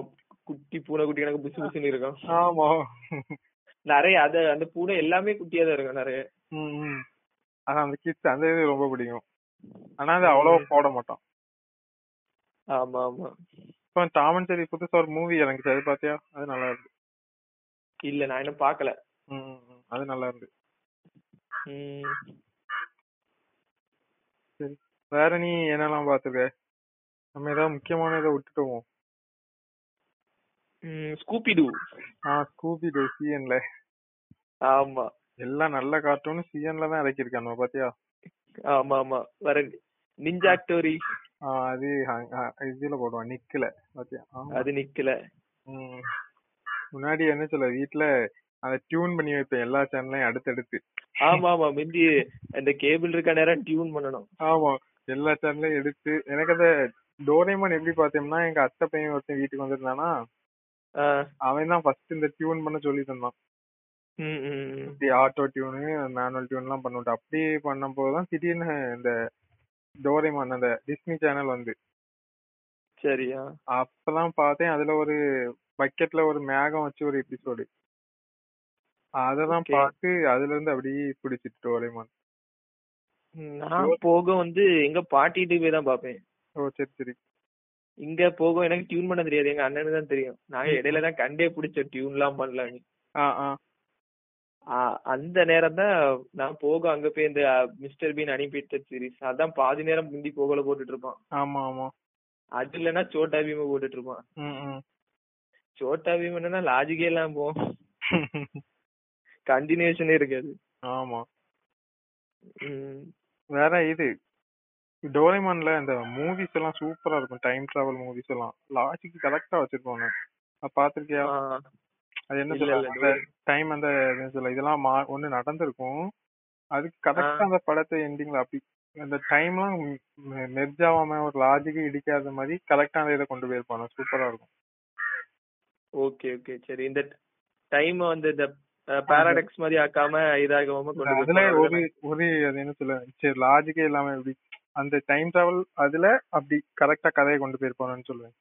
S2: குட்டி பூனை குட்டி எனக்கு புசு புசுன்னு இருக்கும்
S1: ஆமா
S2: நிறைய அது அந்த பூனை எல்லாமே குட்டியா தான் இருக்கும் நிறைய
S1: ம், ம். ஆனா அந்த கிட்ஸ் அந்த இது ரொம்ப பிடிக்கும் ஆனா அது அவ்வளவா போட மாட்டான்
S2: ஆமா ஆமா
S1: இப்போ டாம் அண்ட் செடி புதுசா ஒரு மூவி இறங்குச்சு அது பாத்தியா அது நல்லா இருக்கு
S2: இல்ல நான் இன்னும் பாக்கல
S1: ம், ம், ம். அது நல்லா இருந்து
S2: ம்.
S1: வேற நீ என்னெல்லாம் பாத்துக்க நம்ம ஏதாவது முக்கியமான இதை விட்டுட்டோம்
S2: ம், ஸ்கூபி டூ
S1: ஆ ஸ்கூபி டூ சிஎன்ல
S2: ஆமா
S1: எல்லாம் நல்ல கார்ட்டூனும் சிஎன்ல தான் இறக்கியிருக்காங்க பாத்தியா
S2: ஆமா ஆமா வர நிஞ்சா ஸ்டோரி
S1: ஆ, அது ஹ- ஹ- இதுல போடுவான் நிக்கல பாத்தியா ஆமா.
S2: அது நிக்கல
S1: ம். முன்னாடி என்ன சொல்ல வீட்ல அதை டியூன் பண்ணி வைப்பேன் எல்லா சேனலையும் அடுத்தடுத்து
S2: ஆமா ஆமா மிந்தி அந்த கேபிள் இருக்க நேரம் டியூன் பண்ணணும்
S1: ஆமா எல்லா சேனலையும் எடுத்து எனக்கு அந்த டோரேமான் எப்படி பார்த்தோம்னா எங்க அத்தை பையன் ஒருத்தன் வீட்டுக்கு வந்திருந்தானா
S2: ஆ.
S1: அவன் தான் ஃபர்ஸ்ட் இந்த டியூன் பண்ண சொல்லி தந்தான்
S2: ம், ம், ம்.
S1: ஆட்டோ டியூனு மேனுவல் டியூன் எல்லாம் பண்ணிவிட்டு அப்படி பண்ணும்போது தான் திடீர்னு இந்த டோரேமான் அந்த டிஸ்னி சேனல் வந்து
S2: சரியா
S1: அப்பதான் பார்த்தேன் அதுல ஒரு பக்கெட்ல ஒரு மேகம் வச்சு ஒரு எபிசோடு அதெல்லாம்
S2: Okay.
S1: பார்த்து அதுல இருந்து அப்படியே பிடிச்சிட்டு டோரேமான்
S2: நான் போக வந்து எங்க பாட்டிட்டு போய் தான் பாப்பேன்
S1: ஓ சரி சரி
S2: இங்க போக எனக்கு டியூன் பண்ண தெரியாது எங்க அண்ணனுக்கு தான் தெரியும் நான் இடையில தான் கண்டே பிடிச்ச டியூன் எல்லாம் பண்ணலான்னு
S1: ஆ ஆ
S2: ஆ, அந்த நேரம் தான் நான் போக அங்க போய் இந்த மிஸ்டர் பீன் அனுப்பிட்ட சீரிஸ் அதான் பாதி நேரம் முந்தி போகல போட்டுட்டு இருப்பான்
S1: ஆமா ஆமா
S2: அது இல்லைன்னா சோட்டா பீம போட்டுட்டு இருப்பான்
S1: ம் ம்
S2: சோட்டா பீம் என்னன்னா லாஜிக்கே எல்லாம் போகும் கண்டினியூஷனே இருக்காது
S1: ஆமா
S2: ம்,
S1: வேற இது டோரேமான்ல அந்த மூவிஸ் எல்லாம் சூப்பரா இருக்கும் டைம் டிராவல் மூவிஸ் எல்லாம் லாஜிக்கு கரெக்டா வச்சிருப்பாங்க பாத்திருக்கியா
S2: ஆ,
S1: அது என்ன
S2: இல்ல, இல்ல,
S1: சொல்ல டைம் அந்த என்ன சொல்ல இதெல்லாம் மா ஒண்ணு நடந்திருக்கும் அதுக்கு கரெக்டா அந்த படத்தை எண்டிங்ல அப்படி அந்த டைம்லாம் மெர்ஜ் ஆகாம ஒரு லாஜிக்கே இடிக்காத மாதிரி கரெக்டா அந்த இதை கொண்டு போயிருப்பாங்க சூப்பரா இருக்கும்
S2: ஓகே ஓகே சரி இந்த டைம் வந்து இந்த பாராடக்ஸ் மாதிரி ஆக்காம இதாகாம கொண்டு
S1: அதுல
S2: போய்
S1: ஒரு ஒரு அது என்ன சொல்ல சரி லாஜிக்கே இல்லாம எப்படி அந்த டைம் டிராவல் அதுல அப்படி கரெக்டா கதையை கொண்டு போயிருப்பானு சொல்லுவேன்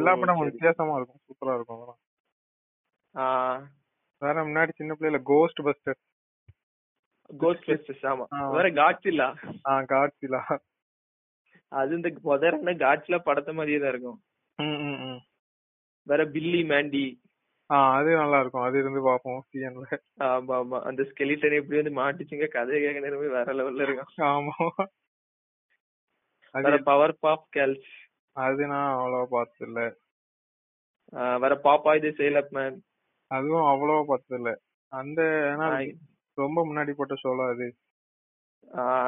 S1: எல்லா
S2: ஓ,
S1: படமும்
S2: சரி.
S1: வித்தியாசமா இருக்கும் சூப்பரா இருக்கும் அதெல்லாம்.
S2: ஆ
S1: வேற முன்னாடி சின்ன பிள்ளைல கோஸ்ட் பஸ்டர்
S2: கோஸ்ட் ஃபெஸ்டஸ் ஆமா
S1: ஆ.
S2: வேற காட்சிலா
S1: ஆ காட்சிலா
S2: அது இந்த முதல்ல காட்சில படத்த மாதிரியே தான் இருக்கும்
S1: ம் ம், ம்
S2: வேற பில்லி மேண்டி
S1: ஆ அது நல்லா இருக்கும் அது இருந்து பாப்போம் சிஎன்ல
S2: ஆமா ஆமா அந்த ஸ்கெலிட்டன் எப்படி வந்து மாட்டுச்சுங்க கதை கேட்க நேரமே வேற லெவல்ல இருக்கும்
S1: ஆமா அது
S2: வேற பவர் பாப் கேல்ஸ்
S1: அது நான் அவ்வளவா பார்த்தது இல்ல
S2: வேற பாப்பா இது சேலப் மேன்
S1: அதுவும் அவ்வளவா பார்த்தது இல்ல அந்த ஏன்னா அது ரொம்ப முன்னாடி போட்ட ஷோலாம் அது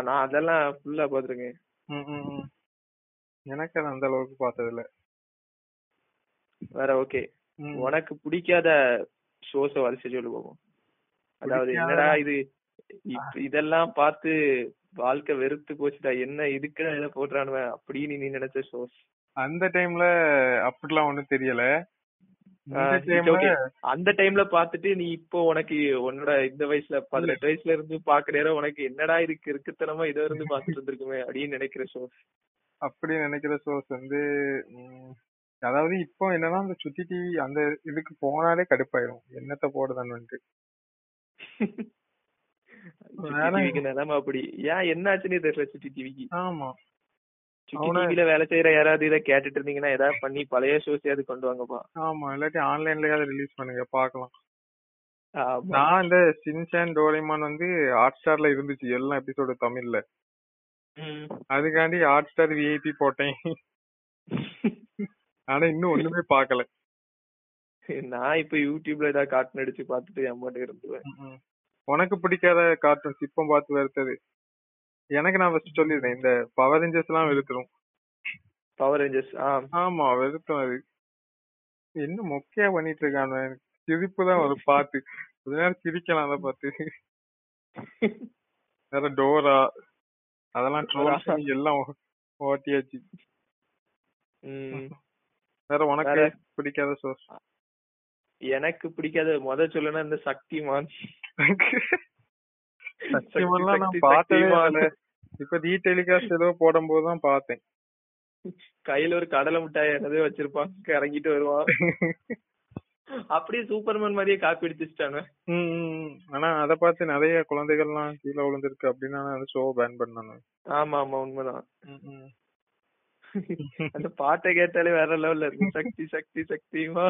S2: நான் அதெல்லாம் ஃபுல்லா பாத்திருக்கேன்
S1: ம், ம், ம். எனக்கு அது அந்த அளவுக்கு பார்த்தது இல்ல
S2: வேற ஓகே
S1: ம்.
S2: உனக்கு பிடிக்காத ஷோஸ வரிசை சொல்லு போவோம் அதாவது
S1: பிடிக்காத-
S2: என்னடா இது இப்ப இதெல்லாம் பார்த்து வாழ்க்கை வெறுத்து போச்சுடா என்ன இதுக்கு இதை போடுறானுவ அப்படின்னு நீ நினைச்ச ஷோஸ்
S1: அந்த டைம்ல அப்படிலாம் ஒண்ணும் தெரியல
S2: ஆ,
S1: இந்த
S2: it's
S1: டைம்ல
S2: okay. அந்த டைம்ல பாத்துட்டு நீ இப்போ உனக்கு உன்னோட இந்த வயசுல பதினெட்டு வயசுல இருந்து பாக்குறேரோ உனக்கு என்னடா இதுக்கு இருக்குத்தனமா இத இருந்து பாத்துட்டு இருந்திருக்குமே அப்படின்னு நினைக்கிற ஷோஸ்
S1: அப்படி நினைக்கிற சோர்ஸ் வந்து ம், அதாவது இப்போ என்னன்னா அந்த சுட்டி டிவி அந்த இதுக்கு போனாலே கடுப்பாயிரும் என்னத்த போடுதான்னு வேற-
S2: டிவிக்கு நிலைமை அப்படி ஏன் என்னாச்சுன்னே தெரியல சுட்டி டிவிக்கு
S1: ஆமா
S2: சுட்டி
S1: அவன-
S2: டிவில வேலை செய்யற யாராவது இதை கேட்டுட்டு இருந்தீங்கன்னா ஏதாவது பண்ணி பழைய ஷோஸையாவது கொண்டு வாங்கப்பா
S1: ஆமா இல்லாட்டி ஆன்லைன்லயாவது ரிலீஸ் பண்ணுங்க பாக்கலாம்
S2: ஆமா.
S1: நான் இந்த சின்சான் டோலிமான் வந்து ஹாட் ஸ்டார்ல இருந்துச்சு எல்லா எபிசோடு தமிழ்ல
S2: ம்.
S1: அதுக்காண்டி ஹாட் ஸ்டார் விஐபி போட்டேன் ஆனா இன்னும் ஒண்ணுமே பாக்கல
S2: நான் இப்ப யூடியூப்ல ஏதாவது காட்டன் அடிச்சு பாத்துட்டு என் பாட்டு இருந்துருவேன்
S1: ம்ம். உனக்கு பிடிக்காத கார்ட்டூன்ஸ் இப்போ பார்த்து வெறுத்தது எனக்கு நான் ஃபர்ஸ்ட் சொல்லிடுறேன் இந்த பவர் ரேஞ்சர்ஸ் எல்லாம் வெறுத்துரும்
S2: பவர் ரேஞ்சர்ஸ் ஆ
S1: ஆமா வெறுத்தோம் அது என்ன மொக்கையா பண்ணிட்டு இருக்கானு எனக்கு சிரிப்பு தான் ஒரு பாட்டு கொஞ்ச நேரம் சிரிக்கலாம் அதை பார்த்து வேற டோரா அதெல்லாம் ட்ரோல்
S2: டோரா.
S1: பண்ணி எல்லாம் ஓ- ஓட்டியாச்சு
S2: ம்.
S1: வேற உனக்கு
S2: வேற?
S1: பிடிக்காத சோர்ஸ்
S2: எனக்கு பிடிக்காத முத சொல்லணும்னா இந்த சக்திமான்
S1: சத்தியமெல்லாம் நான்
S2: சக்தி,
S1: பார்த்ததே
S2: சக்திமான்.
S1: இல்ல. இப்ப ரீ டெலிகாஸ்ட் ஏதோ போடும்போது தான் பார்த்தேன்
S2: கையில ஒரு கடலை மிட்டாய் என்னதோ வச்சிருப்பான் இறங்கிட்டு வருவான் அப்படியே சூப்பர்மேன் மாதிரியே காப்பி அடிச்சுட்டானு
S1: ம், ம், ம். ஆனா அத பார்த்து நிறைய குழந்தைகள்லாம் கீழே விழுந்திருக்கு அப்படின்னா அந்த ஷோ பேன் பண்ணானு
S2: ஆமா ஆமா உண்மைதான் அந்த பாட்டை கேட்டாலே வேற லெவல்ல இருக்கு சக்தி சக்தி சக்திமா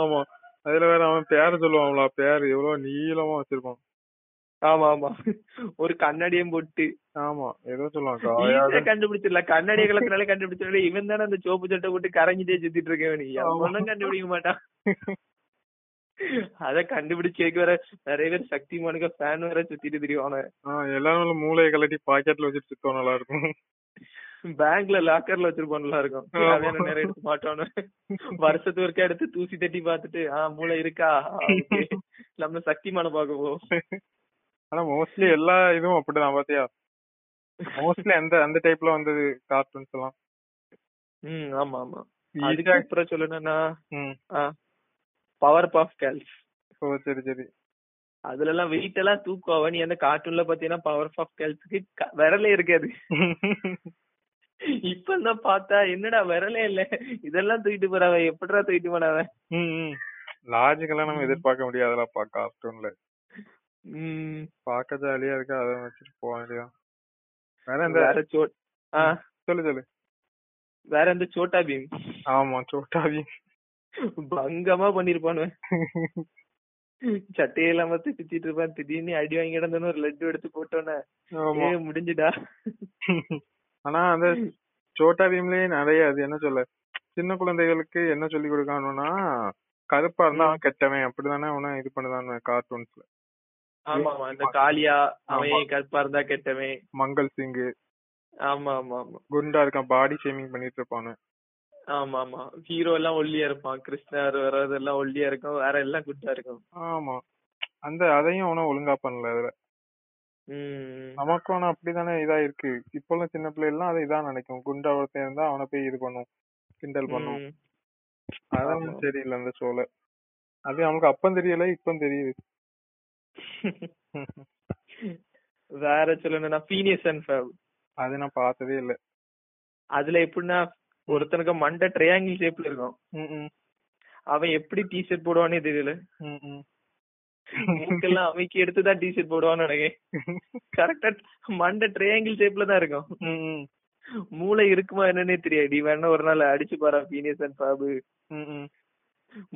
S1: ஆமா அதுல வேற அவன் பேர் சொல்லுவாங்களா பேர் எவ்வளவு நீளமா வச்சிருப்பான்
S2: ஆமா ஆமா ஒரு கண்ணாடியும் போட்டு
S1: ஆமா ஏதோ சொல்லுவான்
S2: ஈஸியா
S1: காயாத-
S2: கண்டுபிடிச்சிடலாம் கண்ணாடிய கலத்தினாலே கண்டுபிடிச்சாலே இவன் தானே அந்த சோப்பு சட்டை போட்டு கரைஞ்சிட்டே சுத்திட்டு இருக்கவன் நீ அவனும் கண்டுபிடிக்க மாட்டான் அத கண்டுபிடிச்சு வைக்க வேற நிறைய பேர் சக்திமானுக்கு ஃபேன் வேற சுத்திட்டு திரிவான
S1: ஆ, எல்லாரும் மூளையை கலட்டி பாக்கெட்ல வச்சுட்டு சுத்தம் நல்லா இருக்கும்
S2: பேங்க்ல லாக்கர்ல வச்சிருப்பான்ல இருக்கும்
S1: ஆமா.
S2: கல்யாணம் நேரம் எடுத்து மாட்டோம்னு வருஷத்து ஒருக்கா எடுத்து தூசி தட்டி பார்த்துட்டு ஆஹ் மூளை இருக்கா ஆ, okay. நம்ம சக்திமான பார்க்க போவோம்
S1: ஆனா மோஸ்ட்லி எல்லா இதுவும் அப்படிதான் பாத்தியா மோஸ்ட்லி அந்த அந்த டைப்ல வந்தது கார்ட்டூன்ஸ் எல்லாம்
S2: ம் ஆமா ஆமா
S1: ஈஸியா-
S2: அதுக்கு அப்புறம் சொல்லணும்னா
S1: ம்.
S2: பவர் பாஃப் கேல்ஸ்
S1: ஓ சரி சரி
S2: அதுல எல்லாம் வெயிட் எல்லாம் தூக்குவாவ நீ அந்த கார்ட்டூன்ல பாத்தீங்கன்னா பவர் பாஃப் கேல்ஸுக்கு விரலே இருக்காது இப்ப தான் பார்த்தா என்னடா விரலே இல்ல இதெல்லாம் தூக்கிட்டு போறாவ எப்படிடா தூக்கிட்டு போனாவ
S1: லாஜிக்கெல்லாம் நம்ம எதிர்பார்க்க முடியாதுல கார்ட்டூன்ல
S2: ம்
S1: பாக்க ஜாலியா இருக்கு அதை வச்சுட்டு போக வேண்டியதான் வேற இந்த
S2: வேற சோ ஆ
S1: சொல்லு சொல்லு
S2: வேற இந்த சோட்டா பீம்
S1: ஆமா சோட்டாவி
S2: பங்கமா பண்ணிருப்பானுவ சட்டையெல்லாம் பார்த்து சுத்திட்டு இருப்பான் திடீர்னு அடி வாங்கி கிடந்தோன்னு ஒரு லட்டு எடுத்து போட்டோன்னே
S1: ஆமா
S2: ஏ முடிஞ்சுடா
S1: ஆனா அந்த சோட்டா பீம்லயே நிறைய அது என்ன சொல்ல சின்ன குழந்தைகளுக்கு என்ன சொல்லி கொடுக்கணும்னா கருப்பா இருந்தா அவன் கெட்டவன் அப்படிதானே அவனை இது பண்ணுதான்னு கார்ட்டூன்ஸ்ல
S2: ஆமா ஆமா இந்த காளியா அவன்
S1: ஆமா.
S2: கற்பா இருந்தா கெட்டவன்
S1: மங்கள் சிங்
S2: ஆமா ஆமா ஆமா
S1: குண்டா இருக்கான் பாடி ஷேமிங் பண்ணிட்டு இருப்பானு
S2: ஆமா ஆமா ஹீரோ எல்லாம் ஒல்லியா இருப்பான் கிருஷ்ணர் வர்றதெல்லாம் ஒல்லியா இருக்கும் வேற எல்லாம் குட்டா இருக்கும்
S1: ஆமா அந்த அதையும் அவனும் ஒழுங்கா பண்ணல அதுல
S2: உம்
S1: நமக்கும் ஆனா அப்படிதானே இதா இருக்கு இப்பெல்லாம் சின்ன பிள்ளைலாம் அதை இதான் நினைக்கும் குண்டா ஒருத்தன் இருந்தா அவனை போய் இது பண்ணும் கிண்டல் பண்ணும்
S2: உம்.
S1: அதான் தெரியல அந்த ஷோல அது அவனுக்கு அப்பம் தெரியல இப்பம் தெரியுது
S2: வேற சொல்லணும்னா பீனியஸ் அண்ட் ஃபேப்
S1: அது நான் பார்த்ததே இல்ல
S2: அதுல எப்படின்னா ஒருத்தனுக்கு மண்டை ட்ரையாங்கிள் ஷேப்ல இருக்கும்
S1: ம், ம்,
S2: அவன் எப்படி டிஷர்ட் போடுவானே தெரியல
S1: ம், ம்.
S2: மூக்கெல்லாம் அமைக்கி எடுத்துதான் டிஷர்ட் போடுவான்னு நினைக்கிறேன் கரெக்டா மண்டை ட்ரையாங்கிள் ஷேப்ல தான் இருக்கும்
S1: ம், ம்,
S2: மூளை இருக்குமா என்னன்னே தெரியாது நீ வேணா ஒரு நாள் அடிச்சு பாரு பீனியஸ் அண்ட் பாபு
S1: ம், ம்,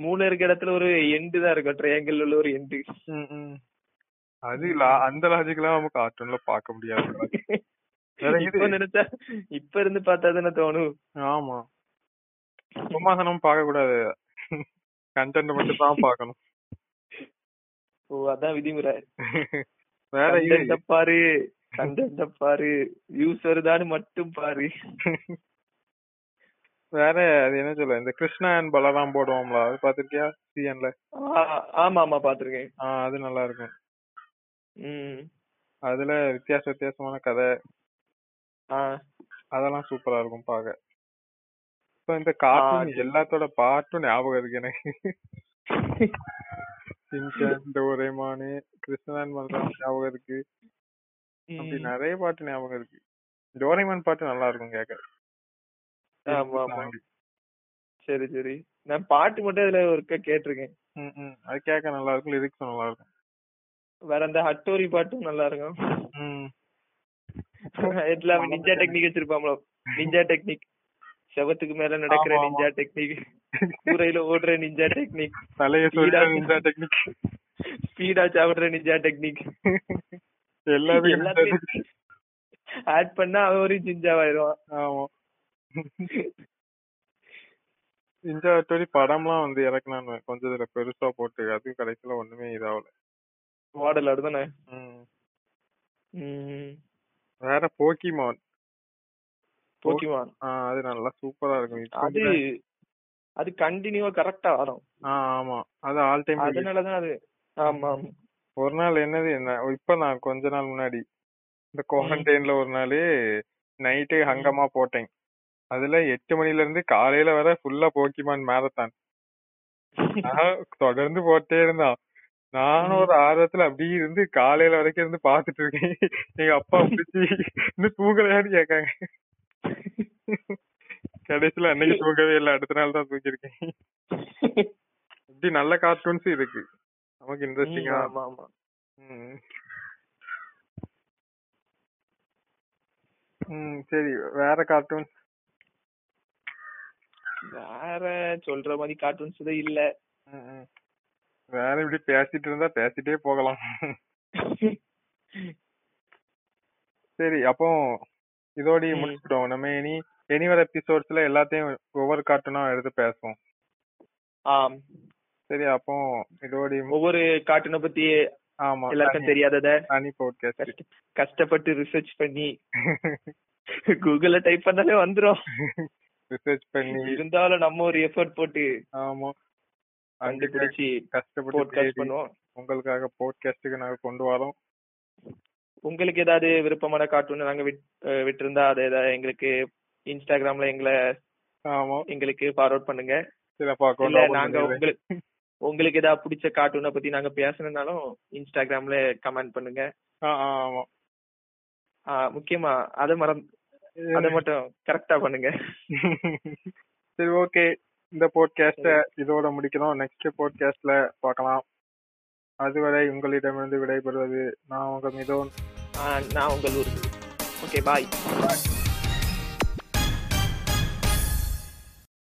S2: மூளை இருக்க இடத்துல ஒரு எண்டு தான் இருக்கும் ட்ரையாங்கிள் உள்ள ஒரு எண்டு
S1: ம், ம். அது லா- அந்த லாஜிக் எல்லாம் நம்ம கார்ட்டூன்ல பார்க்க முடியாது வேற
S2: இப்ப
S1: இது
S2: நினைச்சா இப்ப இருந்து பார்த்தா தானே தோணும்
S1: ஆமா சும்மாசனம் பார்க்க கூடாது கண்டென்ட் மட்டும் தான் பார்க்கணும்
S2: ஓ அதான் விதிமுறை
S1: வேற இது
S2: கண்டென்ட பாரு கண்டென்ட பாரு வியூஸ் வருதான்னு மட்டும் பாரு
S1: வேற அது என்ன சொல்ல இந்த கிருஷ்ணா அண்ட் பலராம் போடுவோம்ல அது பாத்திருக்கியா சிஎன்ல
S2: ஆ, ஆமா ஆமா பாத்திருக்கேன்
S1: ஆஹ் அது நல்லா இருக்கும்
S2: ம்
S1: அதுல வித்தியாச வித்தியாசமான கதை
S2: ஆ
S1: அதெல்லாம் சூப்பரா இருக்கும் பாக்க இப்ப இந்த கார்ட்டூன்
S2: அது-
S1: எல்லாத்தோட பாட்டும் ஞாபகம் இருக்கு எனக்கு சின்சான் டோரேமானு கிருஷ்ணன் பலராம் ஞாபகம் இருக்கு
S2: ம்.
S1: அப்படி நிறைய பாட்டு ஞாபகம் இருக்கு டோரேமான் பாட்டு நல்லா இருக்கும் கேக்க
S2: ஆமா ஆமா சரி சரி நான் பாட்டு மட்டும் இதுல ஒருக்க கேட்டிருக்கேன்
S1: ம், ம். அது கேட்க நல்லா இருக்கும் லிரிக்ஸும் நல்லா இருக்கும்
S2: வேற அந்த ஹட்டோரி பாட்டும் நல்லா இருக்கும்
S1: ம்.
S2: எல்லாமே நிஞ்சா டெக்னிக் வச்சிருப்பாங்களோ நிஞ்சா டெக்னிக் செவத்துக்கு மேல நடக்கிற
S1: ஆமா, ஆமா.
S2: நிஞ்சா டெக்னிக் கூரையில ஓடுற நிஞ்சா டெக்னிக்
S1: தலைய
S2: வீடா-
S1: சொல்லிட்டு டெக்னிக்
S2: ஸ்பீடா சாப்பிடுற நிஞ்சா டெக்னிக்
S1: எல்லாத்தையும் ninja
S2: எல்லாத்தையும்
S1: technique.
S2: ஆட் பண்ணா அவன் ஒரு ஜிஞ்சாவாயிருவான்
S1: ஆமா இந்தியா வட்டி படம்லாம் வந்து எனக்கு நான் கொஞ்சம் இதுல பெருசா போட்டு அது கடைசியில ஒண்ணுமே இதாகல
S2: ஓடல் அப்படிதானே
S1: ம்.
S2: ம்
S1: வேற போக்கிமான்
S2: போக்கிமான்
S1: ஆஹ் அது நல்லா சூப்பரா இருக்கும் இப்ப
S2: அது
S1: கூட-
S2: அது கண்டினியூவா கரெக்டா வரும்
S1: ஆஹ் ஆமா அது ஆல் டைம்
S2: அதனாலதான் அது ஆமா ஆமா
S1: ஒரு நாள் என்னது என்ன இப்ப நான் கொஞ்ச நாள் முன்னாடி இந்த குவாரண்டைன்ல ஒரு நாள் நைட்டு ஹங்கமா போட்டேன் அதுல எட்டு மணில இருந்து காலையில வர ஃபுல்லா போக்கிமான் மேரத்தான் நான் தொடர்ந்து போட்டே இருந்தான் நானும் ஒரு ஆர்வத்துல அப்படியே இருந்து காலையில வரைக்கும் இருந்து பாத்துட்டு இருக்கேன் எங்க அப்பா பிடிச்சி இன்னும் தூங்கலையான்னு கேக்காங்க கடைசியில அன்னைக்கு தூங்கவே இல்லை அடுத்த நாள் தான் தூங்கியிருக்கேன் இப்படி நல்ல கார்ட்டூன்ஸ் இருக்கு நமக்கு
S2: ம்,
S1: இன்ட்ரெஸ்டிங்கா
S2: ஆமா ஆமா
S1: ம். ம் சரி வேற கார்ட்டூன்
S2: வேற சொல்ற மாதிரி கார்ட்டூன்ஸ் தான் இல்ல
S1: வேற இப்படி பேசிட்டு இருந்தா பேசிட்டே போகலாம் சரி அப்போ இதோடய
S2: ம்.
S1: முடிச்சுட்டோம் நம்ம இனி இனி வர எபிசோட்ஸ்ல எல்லாத்தையும் ஒவ்வொரு கார்ட்டூனா எடுத்து பேசுவோம்
S2: ஆம்
S1: சரி அப்போ இதோடய மு-
S2: ஒவ்வொரு கார்ட்டூனை பத்தி
S1: ஆமா
S2: எல்லாருக்கும்
S1: தனி-
S2: தெரியாதத
S1: தனி போட்காஸ்ட்
S2: கஷ்ட- கஷ்டப்பட்டு ரிசர்ச் பண்ணி கூகுள்ல டைப் பண்ணாலே வந்துரும்
S1: ரிசர்ச் பண்ணி
S2: இருந்தாலும் நம்ம ஒரு எஃபர்ட் போட்டு
S1: ஆமா அதுக்கு
S2: கண்டுபிடிச்சு
S1: கஷ்டப்பட்டு
S2: போட்காஸ்ட்
S1: தேடி
S2: பண்ணுவோம்
S1: உங்களுக்காக போட்காஸ்டுக்கு நாங்க கொண்டு வரோம்
S2: உங்களுக்கு ஏதாவது விருப்பமான கார்ட்டூன் நாங்க விட்- அஹ் விட்டிருந்தா அதை ஏதாவது எங்களுக்கு இன்ஸ்டாகிராம்ல எங்களை
S1: ஆமா
S2: எங்களுக்கு ஃபார்வர்ட் பண்ணுங்க
S1: சில பாக்க
S2: இல்ல நாங்க உங்களுக்கு உங்களுக்கு ஏதாவது பிடிச்ச கார்ட்டூனை பத்தி நாங்க பேசணும்னாலும் இன்ஸ்டாகிராம்ல கமெண்ட் பண்ணுங்க
S1: ஆமா
S2: ஆ, முக்கியமா அத மறம் அத மட்டும் கரெக்டா பண்ணுங்க
S1: சரி ஓகே இந்த போட்காஸ்ட இதோட முடிக்கிறோம் நெக்ஸ்ட் போட்காஸ்ட்ல பார்க்கலாம் அதுவரை உங்களிடமிருந்து விடைபெறுவது நான் உங்க மிதோன்
S2: ஆ, நான் உங்கள் ஊருக்கு ஓகே பாய்